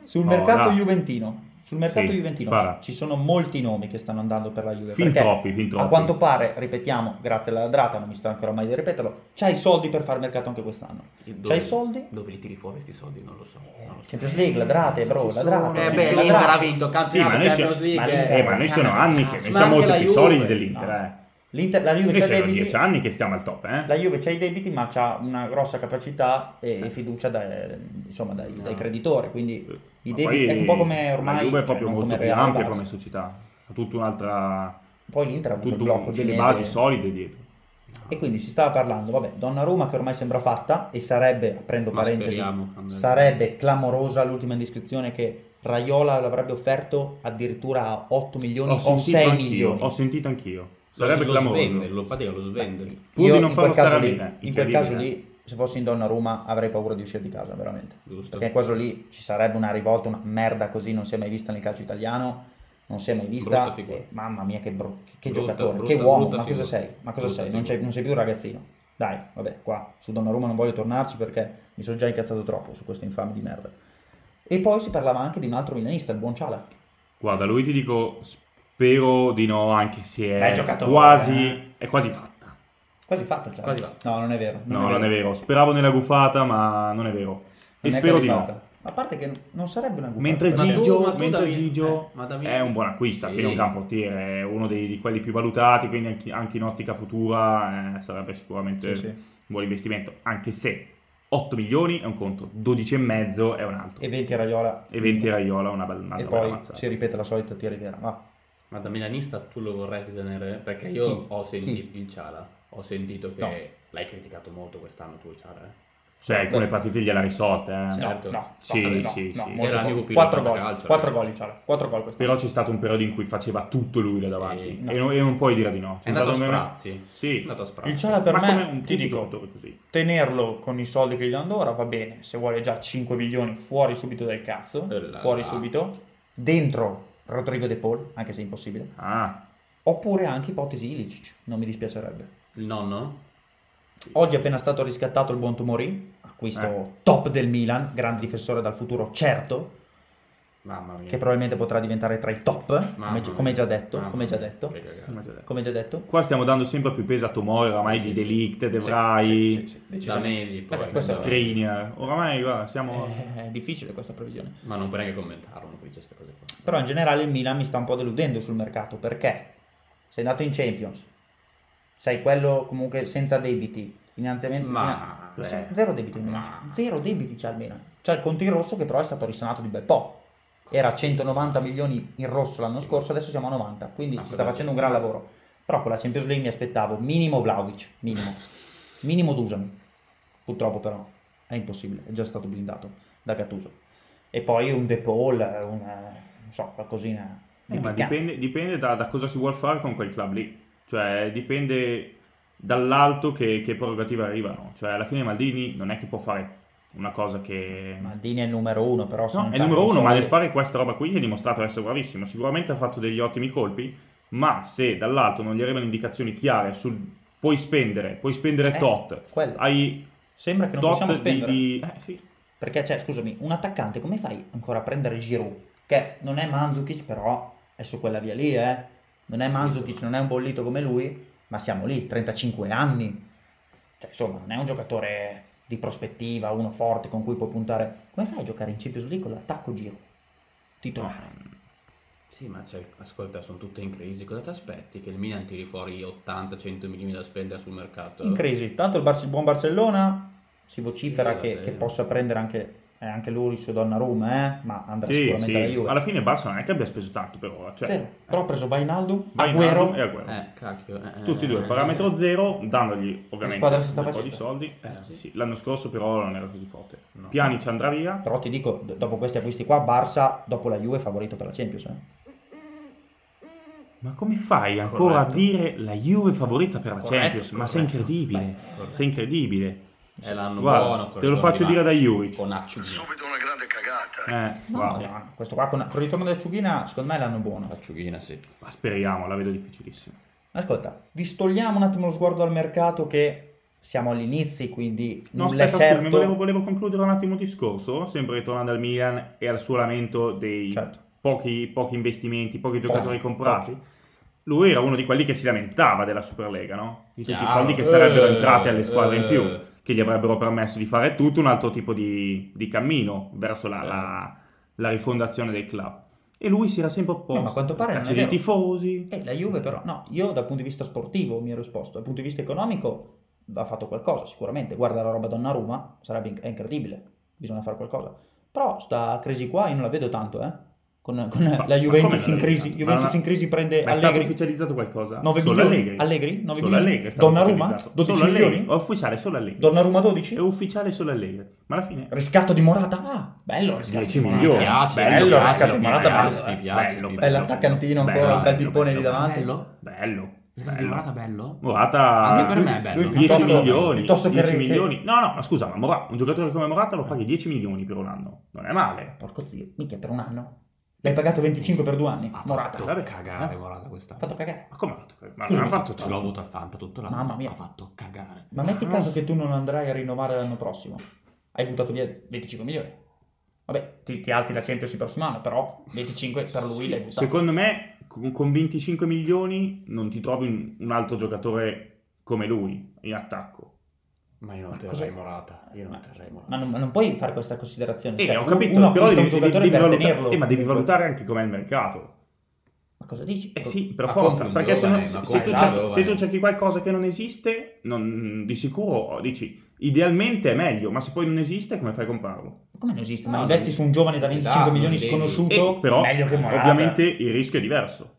A: sul
C: No,
A: mercato
C: no.
A: juventino, sul mercato
C: Sì,
A: juventino
C: spara.
A: ci sono molti nomi che stanno andando per la Juve.
C: Fin
A: perché
C: troppi, fin troppi.
A: A quanto pare, ripetiamo, grazie alla ladrata, non mi sto ancora mai di ripeterlo, c'hai i soldi per fare mercato anche quest'anno.
D: Dove-
A: C'hai i soldi?
D: Dove li tiri fuori questi soldi? Non lo so. Non lo so.
A: Champions League, ladrate, bro,
D: Ci sono-
A: ladrate.
D: Eh
A: ci
D: beh,
A: sono
D: l'Inter ha
A: ladrate.
D: vinto
C: Sì, ma
D: campionato
C: noi, siamo,
D: Champions League.
A: ma
D: eh.
A: l'Inter-
C: eh, ma noi sono anni che
A: Ma
C: noi siamo
D: anche
C: molto
D: la
C: più
D: Juve.
C: solidi dell'Inter.
B: No.
C: Eh.
A: L'Inter, la Juve
C: Noi
A: c'ha i
C: sono
A: debiti,
C: dieci anni che stiamo al top, eh?
A: la Juve c'ha i debiti, ma c'ha una grossa capacità e fiducia dai, insomma, dai,
C: Ah.
A: dai creditori, quindi i
C: Ma
A: debiti
C: poi
A: è un po' come ormai...
C: La Juve è
A: cioè,
C: proprio
A: non
C: molto
A: come
C: più
A: Real
C: ampia
A: Barça.
C: come società. Ha tutta un'altra.
A: Poi l'Inter ha avuto il
C: Tutto
A: blocco
C: un- delle
A: cinese.
C: basi solide dietro.
A: E quindi si stava parlando, vabbè, Donnarumma che ormai sembra fatta e sarebbe, aprendo
D: Ma
A: parentesi,
D: speriamo. Andrea.
A: sarebbe clamorosa l'ultima indiscrezione che Raiola l'avrebbe offerto addirittura a 8 milioni
C: Ho
A: o
C: sentito
A: 6
C: Oh, anch'io.
A: milioni.
C: Ho sentito anch'io.
D: Lo-
C: Sarebbe
D: lo
C: clamoroso.
D: svende, lo fatica, lo svende.
C: Pur
A: Io
C: di non
A: in quel
C: farlo
A: caso
C: stare a
A: lì,
C: Milan,
A: in quel caso
C: incredibile. eh.
A: lì, se fossi in Donnarumma avrei paura di uscire di casa, veramente.
D: Giusto.
A: Perché in quel caso lì ci sarebbe una rivolta, una merda così, non si è mai vista nel calcio italiano, non si è mai vista.
D: Brutta figura.
A: Eh, mamma mia, che, bru- che
D: Brutta,
A: giocatore,
D: brutta,
A: che uomo,
D: brutta
A: ma cosa
D: figura.
A: sei? Ma cosa
D: Brutta
A: sei? Non,
D: figura.
A: c'è- non sei più un ragazzino. Dai, vabbè, qua su Donnarumma non voglio tornarci perché mi sono già incazzato troppo su questo infame di merda. E poi si parlava anche di un altro milanista, il buon Ciala.
C: Guarda, lui ti dico, spero di no, anche se
A: Beh,
C: è
A: giocatore, eh.
C: quasi, è quasi fatta.
A: Quasi fatta il Ciala.
D: Quasi fatta.
A: No, non è vero.
C: no, non è vero. Speravo nella guffata, ma non è vero. E
A: Non è
C: spero
A: quasi
C: di no.
A: fatta. A parte che non sarebbe una guffata.
C: Mentre
A: perché-
D: Ma tu-
C: Gigio,
D: ma tu
C: mentre
D: Davide-
C: Gigio
D: eh, ma Davide-
C: è un buon acquisto, alla fine è
D: Sì.
C: un camportiere, è uno dei, di quelli più valutati, quindi anche, anche in ottica futura eh, sarebbe sicuramente
A: Sì, sì.
C: un buon investimento, anche se 8 milioni è un conto, 12,5 è un altro,
A: E
C: e,
A: 20 a Raiola.
C: 20 Raiola una bella
A: E
C: un'altra bella
A: poi
C: mazzata.
A: si ripete la solita ti arriverà. Va.
D: Ma da milanista tu lo vorresti tenere? Perché io
A: Chi?
D: ho sentito il Ciala, ho sentito che
A: No.
D: l'hai criticato molto quest'anno tu il Ciala. eh.
C: Cioè, alcune partite gliela risolta, eh.
B: No,
D: Certo.
B: no,
C: Sì,
B: no, no,
C: sì,
B: no,
C: sì.
B: molto
D: Era
B: poco.
D: tipo più
B: Quattro
D: da
B: gol,
D: calcio,
B: quattro
D: ragazzi.
B: gol, Ciala, quattro gol quest'anno.
C: però c'è stato un periodo in cui faceva tutto lui là davanti,
D: Sì,
A: no.
C: e, non, e non puoi dire di no.
D: È andato a
C: Sono stato-
D: sprazzi. È
C: Sì,
D: andato a sprazzi.
A: Il Ciala per
C: ma
A: me,
C: come un
B: ti dico-
C: giocatore così.
B: tenerlo con i soldi che gli danno ora va bene, se vuole già 5 milioni fuori subito dal cazzo,
D: Eh là
B: fuori
D: là.
B: subito.
A: dentro Rodrigo De Paul, anche se impossibile,
C: Ah,
A: oppure anche ipotesi Ilicic, non mi dispiacerebbe.
D: Il nonno?
A: Oggi è appena stato riscattato il buon Tomori, acquisto
C: Eh.
A: top del Milan, grande difensore dal futuro certo,
D: Mamma mia.
A: che probabilmente potrà diventare tra i top, come,
D: Mamma mia.
A: come già detto,
D: Mamma
A: come già
D: mia.
A: detto,
D: Che cagata.
C: come già detto.
A: come già detto.
C: Qua stiamo dando sempre più peso a Tomori, oramai
D: Sì,
C: di
D: sì.
C: Delict, De
B: Sì,
C: Vrij,
B: sì, sì, sì,
D: Da
B: decisamente.
D: mesi poi.
B: Vabbè, questo è-
D: quindi-
C: Skriniar. Oramai guarda, siamo
B: Eh, È difficile questa previsione.
D: Ma non puoi neanche commentarlo poi queste cose qua.
A: Però in generale il Milan mi sta un po' deludendo sul mercato perché sei andato in Champions, sei quello comunque senza debiti, finanziamenti, finan-
D: Ma... eh,
C: Beh.
A: Sì, Zero debiti il Milan.
D: Ma-
A: Zero debiti c'è il Milan. C'è il conto in rosso che però è stato risanato di bel po'. Era 190 milioni in rosso l'anno scorso, adesso siamo a 90, quindi
D: Ah,
A: si sta
D: vabbè.
A: facendo un gran lavoro. Però con la Champions League mi aspettavo minimo Vlaovic, minimo. Minimo Dusan. Purtroppo però è impossibile, è già stato blindato da Gattuso. E poi un De Paul, un non so, qualcosina di
C: Eh, ma
A: piccante.
C: dipende, dipende da, da cosa si vuol fare con quel club lì. Cioè, dipende dall'alto che, che prerogative arrivano. Cioè, alla fine Maldini non è che può fare una cosa che...
A: Maldini è il numero uno, però se
C: No,
A: non
C: è il
A: c'ha
C: numero
A: i
C: uno, ma
A: soldi-
C: nel fare questa roba qui si è dimostrato essere bravissimo. Sicuramente ha fatto degli ottimi colpi, ma se dall'alto non gli arrivano indicazioni chiare sul puoi spendere, puoi spendere
A: Eh,
C: tot,
A: quello.
C: hai
A: Sembra che non possiamo
C: tot di...
A: spendere.
C: di- eh, sì.
A: Perché, cioè, scusami, un attaccante come fai ancora a prendere Giroud? Che non è Mandzukic, però è è su quella via lì, eh. Non è Manzukic, non è un bollito come lui, ma siamo lì, 35 anni. Cioè, insomma, non è un giocatore di prospettiva, uno forte con cui puoi puntare. Come fai a giocare in Champions League con l'attacco giro? Titolare.
D: Sì, ma c'è- ascolta, sono tutte in crisi. Cosa ti aspetti? Che il Milan tiri fuori 80-100 milioni da spendere sul mercato?
C: Certo.
A: in crisi. Tanto il, Bar- il buon Barcellona si vocifera
D: Sì,
A: che,
D: vabbè.
A: che possa prendere anche, eh, anche Loris o Donnarumma, eh? ma andrà
C: Sì,
A: sicuramente alla
C: sì.
A: Juve.
C: Alla fine il Barça non è che abbia speso tanto per ora. Cioè,
A: Zero. Però ho preso Vainaldum,
C: Wijnaldum
A: Agüero,
C: e Agüero.
D: Eh, cacchio. eh,
C: Tutti e due,
D: eh,
C: parametro zero, dandogli
B: squadra
C: ovviamente
B: si sta
C: un po'
B: facendo.
C: di soldi.
D: Eh,
C: Eh,
D: sì.
C: sì. L'anno scorso però non era così forte.
D: No.
C: Piani ci andrà via.
A: però ti dico, d- dopo questi acquisti qua, Barça, dopo la Juve, è favorito per la Champions. eh.
C: Ma come fai ancora
D: Corretto.
C: a dire la Juve favorita per la
D: Corretto,
C: Champions? Ma sei
D: corretto.
C: incredibile,
D: corretto.
C: sei incredibile.
D: È l'anno
C: Guarda,
D: eh, buono.
C: te lo faccio dire da Juvic.
D: Con Acciughina.
E: Subito una grande cagata.
C: Eh, guarda.
A: No, no, Cioè, questo qua con, con il ritorno del Ciughina, secondo me l'hanno buono.
D: Acciughina, sì.
C: Ma speriamo, la vedo difficilissima.
A: Ascolta, distogliamo un attimo lo sguardo al mercato che siamo all'inizio, quindi
C: No,
A: nulla è
C: aspetta,
A: certo.
C: scusami, volevo, volevo concludere un attimo il discorso, sempre ritornando al Milan e al suo lamento dei
A: Certo.
C: pochi, pochi investimenti, pochi giocatori
A: Pochi,
C: comprati. Lui era uno di quelli che si lamentava della Superlega, no? Di tutti
D: Chiaro.
C: i soldi che sarebbero
D: Eh,
C: entrati alle squadre in più,
D: eh.
C: che gli avrebbero permesso di fare tutto un altro tipo di, di cammino verso la,
D: Certo.
C: la- la rifondazione del club. E lui si era sempre opposto.
A: No, Eh, ma a quanto pare non è
C: Caccia dei
A: vero.
C: tifosi.
A: Eh, la Juve però, no, io dal punto di vista sportivo mi ero esposto, dal punto di vista economico ha fatto qualcosa sicuramente, guarda la roba Donnarumma, sarebbe inc- è incredibile, bisogna fare qualcosa. Però sta crisi qua io non la vedo tanto, eh, con, con
C: Ma-
A: la
C: ma come
A: Juventus
C: non la
A: in
C: vedi
A: crisi,
C: tanto?
A: Juventus
C: Ma non-
A: in crisi prende
C: Ma è stato
A: Allegri,
C: ufficializzato qualcosa?
A: 9
C: solo
A: milioni,
C: Allegri.
A: Allegri? 9
C: solo
A: milioni?
C: Allegri è stato
A: Donnarumma?
C: ufficializzato.
A: 12
C: Solo Allegri.
A: milioni?
C: È ufficiale solo Allegri.
A: Donnarumma
C: È
A: 12,
C: ufficiale solo Allegri. Ma alla fine
A: riscatto di Morata, ah, bello riscatto di
C: 10
A: Morata.
C: milioni.
D: Mi piace,
C: bello,
D: mi piace,
C: Rascatto,
D: mi
C: Morata,
D: piace,
C: bello,
D: mi
C: eh.
D: piace,
C: Bello,
D: mi piace.
A: Bello attaccantino
C: Bello,
A: ancora, un bel
C: bello,
A: pippone lì
C: bello.
A: davanti.
D: Bello?
C: bello.
D: Sai che
C: bello.
D: Morata è bello?
C: Morata
D: Anche per
C: lui-
D: me è bello.
A: lui
D: ma-
C: 10
A: Piuttosto-
C: milioni,
A: piuttosto che
C: 10
A: Re-
C: milioni. No, no, ma scusa, ma Morata- un giocatore come Morata lo paghi 10 milioni per un anno. Non è male.
A: Porco zio, minchia per un anno, l'hai pagato 25 per due anni,
D: Ha
A: Morata,
D: fatto
A: ha
C: vabbè.
D: cagare
A: Eh?
D: Morata questa.
A: fatto cagare.
C: Ma come ha fatto? Ma
A: Scusa,
C: ha fatto
D: Ce l'ho avuto al Fanta tutto l'anno.
A: Mamma mia.
D: Ha fatto cagare.
A: Ma metti
C: Ah,
A: caso
C: sì.
A: che tu non andrai a rinnovare l'anno prossimo. Hai buttato via 25 milioni. Vabbè, ti, ti alzi la Champions il prossimo anno, però 25 per lui l'hai buttato.
C: Secondo me con con 25 milioni non ti trovi un, un altro giocatore come lui in attacco.
D: Ma io non
A: terrei cos'è?
D: Morata. Io non terrei Morata.
A: Ma non, ma non puoi fare questa considerazione.
C: Eh,
A: cioè,
C: ho
A: uno-
C: capito,
A: uno
C: però
A: acquista
C: devi,
A: un
C: devi-
A: giocatore
C: devi
A: per
C: valutare,
A: tenerlo.
C: eh, ma devi valutare anche com'è il mercato.
A: Ma cosa dici?
C: Eh sì, per
D: Ma
C: forza,
D: compri un
C: perché se,
D: giovane,
C: no-
D: ma
C: se, tu
D: compri un
C: cerchi,
D: giovane.
C: se tu cerchi qualcosa che non esiste, non- di sicuro dici idealmente è meglio, ma se poi non esiste come fai a comprarlo?
A: Come non esiste? Ma
D: No,
A: investi
D: non-
A: su un giovane da 25
D: Esatto,
A: milioni
D: devi-
A: sconosciuto,
C: E Eh, però
B: meglio che Morata.
C: ovviamente il rischio è diverso.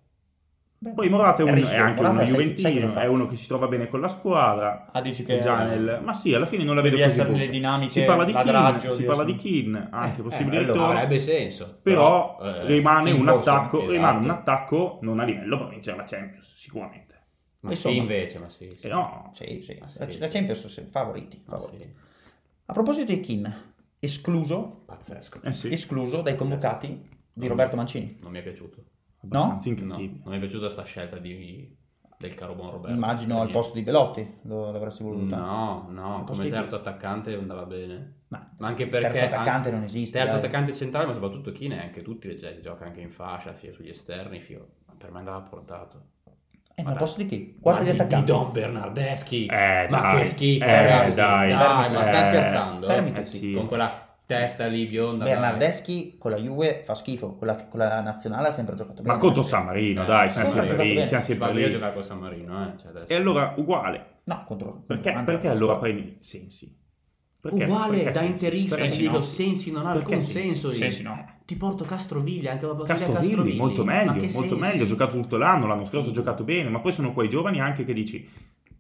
A: Beh,
C: Poi Morata è,
A: il
C: un-
A: rischio,
C: è anche
A: Morata
C: uno
A: sai- sai cosa
C: juventino,
A: fa?
C: è uno che si trova bene con la squadra,
A: Ah, dici che
C: già nel- ma sì, alla fine non la vedo
A: devi
C: così
A: essere nelle
C: brutta.
A: dinamiche,
C: Si parla di
A: ladraggio,
C: Kin, si
A: di
C: parla di
A: essere-
C: Kin, anche
D: Eh,
C: possibile
D: eh,
C: ritorno.
D: avrebbe senso.
C: però
D: eh,
C: rimane
D: il
C: un
D: discorso,
C: attacco,
D: esatto.
C: rimane un attacco non a livello per vincere la Champions, sicuramente.
D: Ma
A: Insomma.
D: sì, invece, ma sì. sì.
C: E Eh no,
A: Sì, sì.
D: Ah, sì.
A: La, la Champions sì, favoriti.
C: Ah,
D: Ma
A: favoriti.
D: sì.
A: A proposito di Kin, escluso,
D: Pazzesco.
C: eh sì,
A: escluso dai convocati di Roberto Mancini.
D: Non mi è piaciuto.
C: abbastanza
D: No,
C: incredibile.
D: non mi è piaciuta sta scelta di, del caro buon Roberto. Eh,
A: Immagino al posto di Belotti lo, l'avresti voluto.
D: No,
A: Al
D: no,
A: posto
D: come
A: di-
D: terzo attaccante andava bene.
A: Ma
D: Ma anche perché...
A: terzo attaccante non esiste.
D: Terzo
A: dai.
D: attaccante centrale, ma soprattutto chi ne è anche tutti, cioè, gioca anche in fascia, sia sugli esterni, fio. ma per me andava portato.
A: Eh, ma
D: Ma
A: al
D: dai.
A: posto di chi? Guarda gli attaccanti.
D: Don Bernardeschi.
C: Eh,
D: ma
C: dai.
D: che schifo,
C: Eh,
D: ragazzi.
C: dai.
D: ma
A: Eh,
D: stai scherzando?
A: fermi
C: Eh,
A: tutti.
C: sì.
D: Con quella testa lì bionda. dai.
A: Bernardeschi con la Juve fa schifo, con la, con la nazionale ha sempre giocato bene.
C: Ma contro San Marino,
D: Eh,
C: dai,
D: sì,
C: siamo
A: sì,
C: sempre
A: giocato
C: lì,
A: bene.
C: siamo
D: Si
C: sempre
D: va via a
C: lì.
D: giocare con San Marino, eh. Cioè, adesso.
C: E allora, uguale,
A: No, contro...
C: perché,
A: contro-
C: perché allora prendi Sensi? Perché-
D: Uguale
C: perché
D: da
C: Sensi?
D: interista,
C: Perché
D: ti
C: no?
D: dico Sensi non ha
C: Perché
D: alcun
C: Sensi?
D: senso. io.
B: Sensi no.
D: Eh, Ti porto Castroviglia anche dopo
C: Castrovilli, molto
D: ma
C: meglio,
D: che
C: molto
D: Sensi?
C: meglio, ha giocato tutto l'anno, l'anno scorso ha giocato bene, ma poi sono quei giovani anche che dici,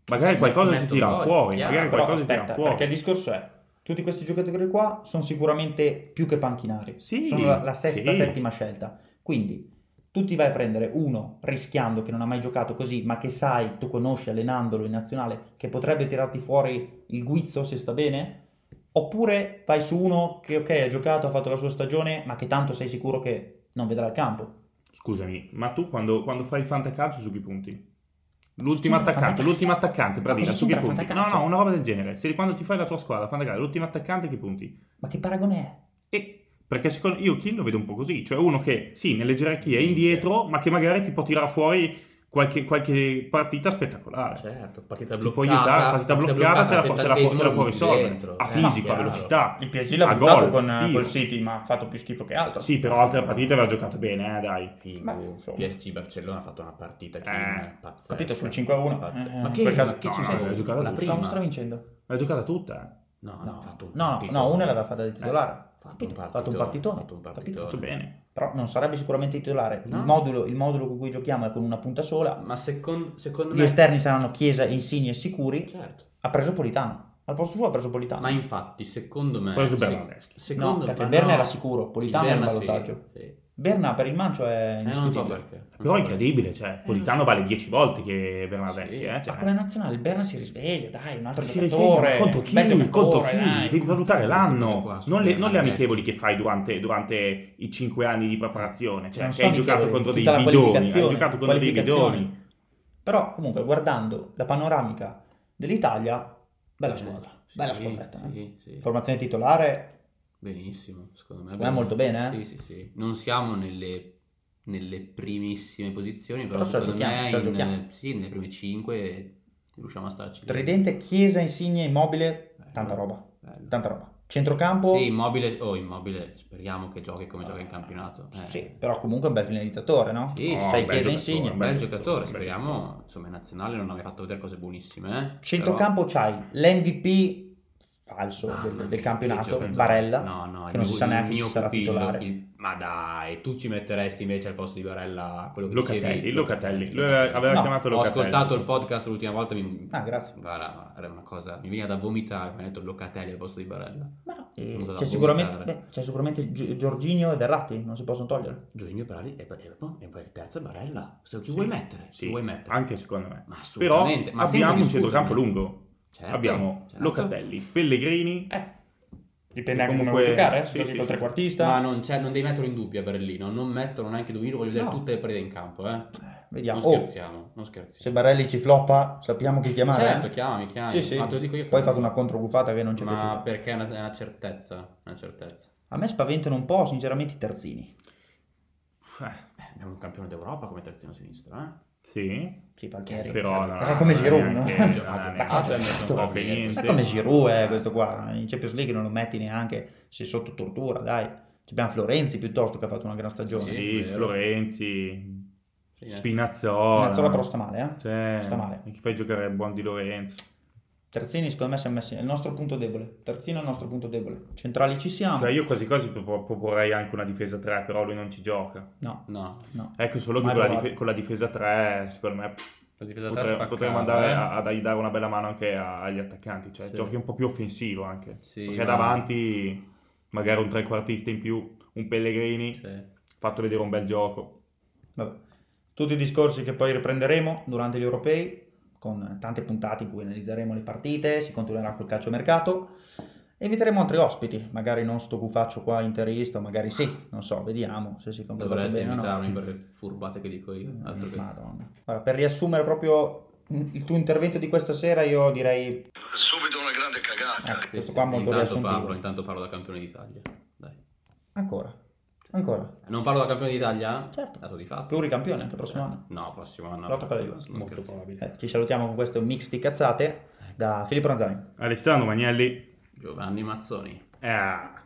C: magari
D: sì,
C: qualcosa
D: ti
C: ti
D: metto
C: tira
D: fuori,
C: fuori,
D: chiaro.
C: magari
A: Però
C: qualcosa ti tira
A: aspetta,
C: fuori.
A: perché il discorso è, tutti questi giocatori qua sono sicuramente più che panchinari.
C: Sì,
A: sono la, la sesta,
C: sì.
A: settima scelta. Quindi tu ti vai a prendere uno rischiando che non ha mai giocato così, ma che sai, tu conosci allenandolo in nazionale, che potrebbe tirarti fuori il guizzo se sta bene? Oppure vai su uno che ok ha giocato, ha fatto la sua stagione, ma che tanto sei sicuro che non vedrà il campo.
C: Scusami, ma tu quando, quando fai il fantacalcio su chi punti? L'ultimo
A: c'entra il
C: attaccante,
A: fantacalcio?
C: l'ultimo attaccante,
A: Ma
C: bravissimo,
A: cosa
C: su chi
A: c'entra il
C: punti? No,
A: fantacalcio?
C: no, una roba del genere. Se quando ti fai la tua squadra, fantacalcio, l'ultimo attaccante chi punti?
A: Ma che paragone è?
C: E Perché secondo io Kim lo vedo un po' così, cioè uno che sì, nelle gerarchie è indietro, ma che magari ti può tirare fuori qualche, qualche partita spettacolare.
D: Certo, partita
C: Ti
D: bloccata.
C: può aiutare, partita bloccata, te la, può- te la può- te la può
D: settantesimo
C: risolvere.
D: dentro.
C: a
D: Eh,
C: fisico, a
D: chiaro.
C: velocità.
A: Il PSG l'ha
C: A
A: buttato
C: gol,
A: con, eh,
C: tiro.
A: col City, ma ha fatto più schifo che altro.
C: Sì, però altre partite aveva giocato bene, eh, dai.
D: Figo.
A: Ma, insomma.
D: PSG Barcellona ha fatto una partita che
C: Eh,
D: è pazzesca.
A: Capito sul 5-1.
D: Pazzesca.
A: Eh,
D: ma
A: in
D: che,
A: quel caso-
D: ma che
C: no,
D: ci
C: no,
D: sei?
C: ha giocato
D: la
C: tutto.
D: prima.
A: Stavamo stravincendo.
C: L'ha giocata tutta, eh.
D: No, no, ha fatto un
A: Ah, no,
D: partitone.
A: no, una l'aveva fatta di titolare.
D: Ha fatto un
A: Capito? Ha
D: partitone.
A: fatto un partitone.
D: ha fatto un
A: Capito?
C: eh.
D: partitone.
C: Tutto bene.
A: Però non sarebbe sicuramente titolare.
D: No.
A: Il, modulo, il modulo con cui giochiamo è con una punta sola.
D: Ma secon- secondo
A: Gli
D: me...
A: esterni saranno Chiesa, Insigne e Sicuri.
D: Certo.
A: Ha preso Politano. Al posto suo ha preso Politano.
D: Ma infatti, secondo me...
C: Preso
D: se-
C: Bernardeschi.
D: Secondo
A: No, perché
D: ma
A: Berna
D: no.
A: era sicuro, Politano
D: Il
A: era in
D: Berna sì,
A: ballottaggio.
D: sì.
A: Berna per il mancio è
D: Eh, non so
A: indiscutibile.
D: perché. Non
C: Però
D: so
C: è incredibile, cioè, Politano vale 10 volte che Bernardeschi,
D: Sì.
C: eh.
A: Ma
C: cioè.
A: con la nazionale il Berna si risveglia, dai, un altro
C: si
A: giocatore.
C: risveglia, ma contro chi?
A: Bel giocatore,
C: Contro chi?
A: dai.
C: Devi valutare
D: Queste cose
C: l'anno,
D: qua sono
C: non le, non le
D: veramente-
C: amichevoli che fai durante, durante i 5 anni di preparazione. Cioè,
A: Non
C: che
A: sono
C: hai giocato
A: amichevoli,
C: contro dei
A: tutta la
C: bidoni, hai
A: qualificazione,
C: giocato contro dei
A: qualificazione.
C: bidoni.
A: Però comunque guardando la panoramica dell'Italia, bella squadra,
D: Sì,
A: bella squadretta. eh.
D: Sì, sì.
A: Formazione titolare,
D: Benissimo, secondo me.
A: Secondo me molto bene, eh?
D: Sì, sì, sì. Non siamo nlle, nelle primissime posizioni, però,
A: Però ce la
D: secondo
A: giochiamo,
D: me
A: ce la
D: in-
A: giochiamo.
D: sì, nelle prime 5 riusciamo a starci.
A: Tridente, Chiesa, Insigne, Immobile,
D: Bello,
C: Eh.
A: tanta roba,
D: bello.
A: tanta roba. Centrocampo,
D: Sì, immobile, oh, immobile, speriamo che giochi come gioca in campionato. eh.
A: sì, però comunque un bel finalizzatore, no?
D: Sì,
C: No,
D: sai
C: un
D: chi è
C: bel
A: Chiesa
C: giocatore,
A: Insigne.
D: Un
C: un
D: bel
C: bel
D: giocatore,
C: giocatore,
D: speriamo, insomma, in nazionale non aveva fatto vedere cose buonissime. eh.
A: Centrocampo c'hai l'MVP falso Cioè,
D: Però-
C: Ah,
A: del, del
D: Mamma mia, che
A: campionato,
D: giocatore.
A: Barella,
D: No, no,
A: che
D: il
A: non si
D: mio-
A: sa
D: il
A: neanche
D: mio
A: se sarà
D: pupillo,
A: titolare.
D: il- ma dai, tu ci metteresti invece al posto di Barella quello che
C: Locatelli,
D: dicevi?
C: Locatelli. Lui aveva, aveva
A: No,
C: chiamato
D: Ho
C: Locatelli.
D: ascoltato il podcast l'ultima volta, mi...
A: Ah, grazie.
D: Guarda, ma era una cosa, mi veniva da vomitare, mi hanno detto Locatelli al posto di Barella.
A: Ma no,
D: Non
A: eh,
D: so da
A: c'è,
D: vomitare.
A: sicuramente, beh, c'è sicuramente Gi- Giorginio e Verratti, non si possono togliere.
D: Giorgino Perali e, e- e poi il terzo è Barella. Se- Chi vuoi mettere? Chi
C: Sì,
D: vuoi mettere?
C: anche secondo me.
D: Ma
C: Però
D: assolutamente. ma senza
C: abbiamo un
D: discuterne.
C: centrocampo lungo.
D: Certo,
C: abbiamo
D: certo.
C: Locatelli, Pellegrini,
A: Eh, dipende
C: E
A: anche come vuoi
C: comunque-
A: giocare, eh,
C: sì,
A: se giochi
C: sì,
A: col
C: sì.
A: trequartista.
D: Ma non, c'è- non devi metterlo in dubbio a Berlino, non metterlo neanche in dubbio. Io voglio vedere
A: No.
D: tutte le partite in campo, eh.
A: Eh, Vediamo.
D: Non
A: Oh,
D: scherziamo, non
A: se
D: scherziamo.
A: Barelli ci floppa, sappiamo chi chiamare.
D: certo,
A: eh.
D: chiami, chiami.
A: Sì, sì.
D: Ma te lo dico io.
A: Poi ha fatto una controguffata che non c'è
D: Ma
A: piaciuta.
D: perché è una, è una certezza, è una certezza.
A: A me spaventano un po', sinceramente, i terzini.
C: eh,
D: Beh, abbiamo un campione d'Europa come terzino sinistro, eh.
C: sì,
A: Sì, Palmieri.
C: però
D: giocato-
C: no,
A: È come
C: no,
A: Giroud,
C: neanche-
A: no? Ah,
C: no,
D: Ha giocato,
C: neanche-
A: ha giocato,
C: ha giocato
D: ha
C: poco e
D: giocato.
C: niente.
A: È come Giroud, eh, questo qua. In Champions League non lo metti neanche se sotto tortura, dai. Ci Abbiamo Florenzi piuttosto che ha fatto una gran stagione.
D: Sì,
C: Sì,
D: vero.
C: Florenzi,
D: Sì, eh.
C: Spinazzola.
A: Spinazzola però sta male, eh.
C: Cioè,
A: sta male.
C: e Chi fai giocare il buon di Lorenzo?
A: Terzini secondo me si è messi... È il nostro punto debole. Terzino è il nostro punto debole. Centrali ci siamo.
C: Cioè, io quasi quasi propo- proporrei anche una difesa 3, però lui non ci gioca.
A: No,
D: No,
A: no.
C: Ecco, solo che
A: Ma
C: con la,
A: guarda.
C: dife- con la difesa 3, secondo me,
D: la difesa tre
C: potre-
D: spaccava,
C: potremmo andare
D: eh.
C: a, a dai- dare una bella mano anche a- agli attaccanti. Cioè,
D: Sì.
C: giochi un po' più offensivo anche.
D: Sì,
C: perché
D: ma-
C: davanti, magari un trequartista in più, un Pellegrini,
D: Sì.
C: fatto vedere un bel gioco.
A: Vabbè. Tutti i discorsi che poi riprenderemo durante gli europei, con tante puntate in cui analizzeremo le partite, si continuerà col calcio mercato. E inviteremo altri ospiti, magari non sto cufaccio qua interista, magari sì, non so, vediamo se si comporta
D: Dovresti
A: bene o no. Mm,
D: invitarmi per le furbate che dico io. Altro che...
A: Madonna. Guarda, per riassumere proprio il tuo intervento di questa sera, io direi
E: Subito una grande cagata.
A: Ecco,
D: Sì,
A: questo
D: sì.
A: qua è molto
D: intanto,
A: riassuntivo.
D: parlo, intanto parlo da campione d'Italia. Dai.
A: Ancora, ancora.
D: Non parlo da campione d'Italia?
A: Certo.
D: Dato di fatto. Certo.
A: Pluricampione anche il prossimo anno.
D: No, prossimo anno.
A: Lotta per la Juve.
D: Sono
C: Molto
D: scherzo. Ecco.
C: probabile.
A: Eh, ci salutiamo con questo mix di cazzate da Filippo Ranzani.
C: Alessandro Magnelli.
D: Giovanni Mazzoni.
C: Ah.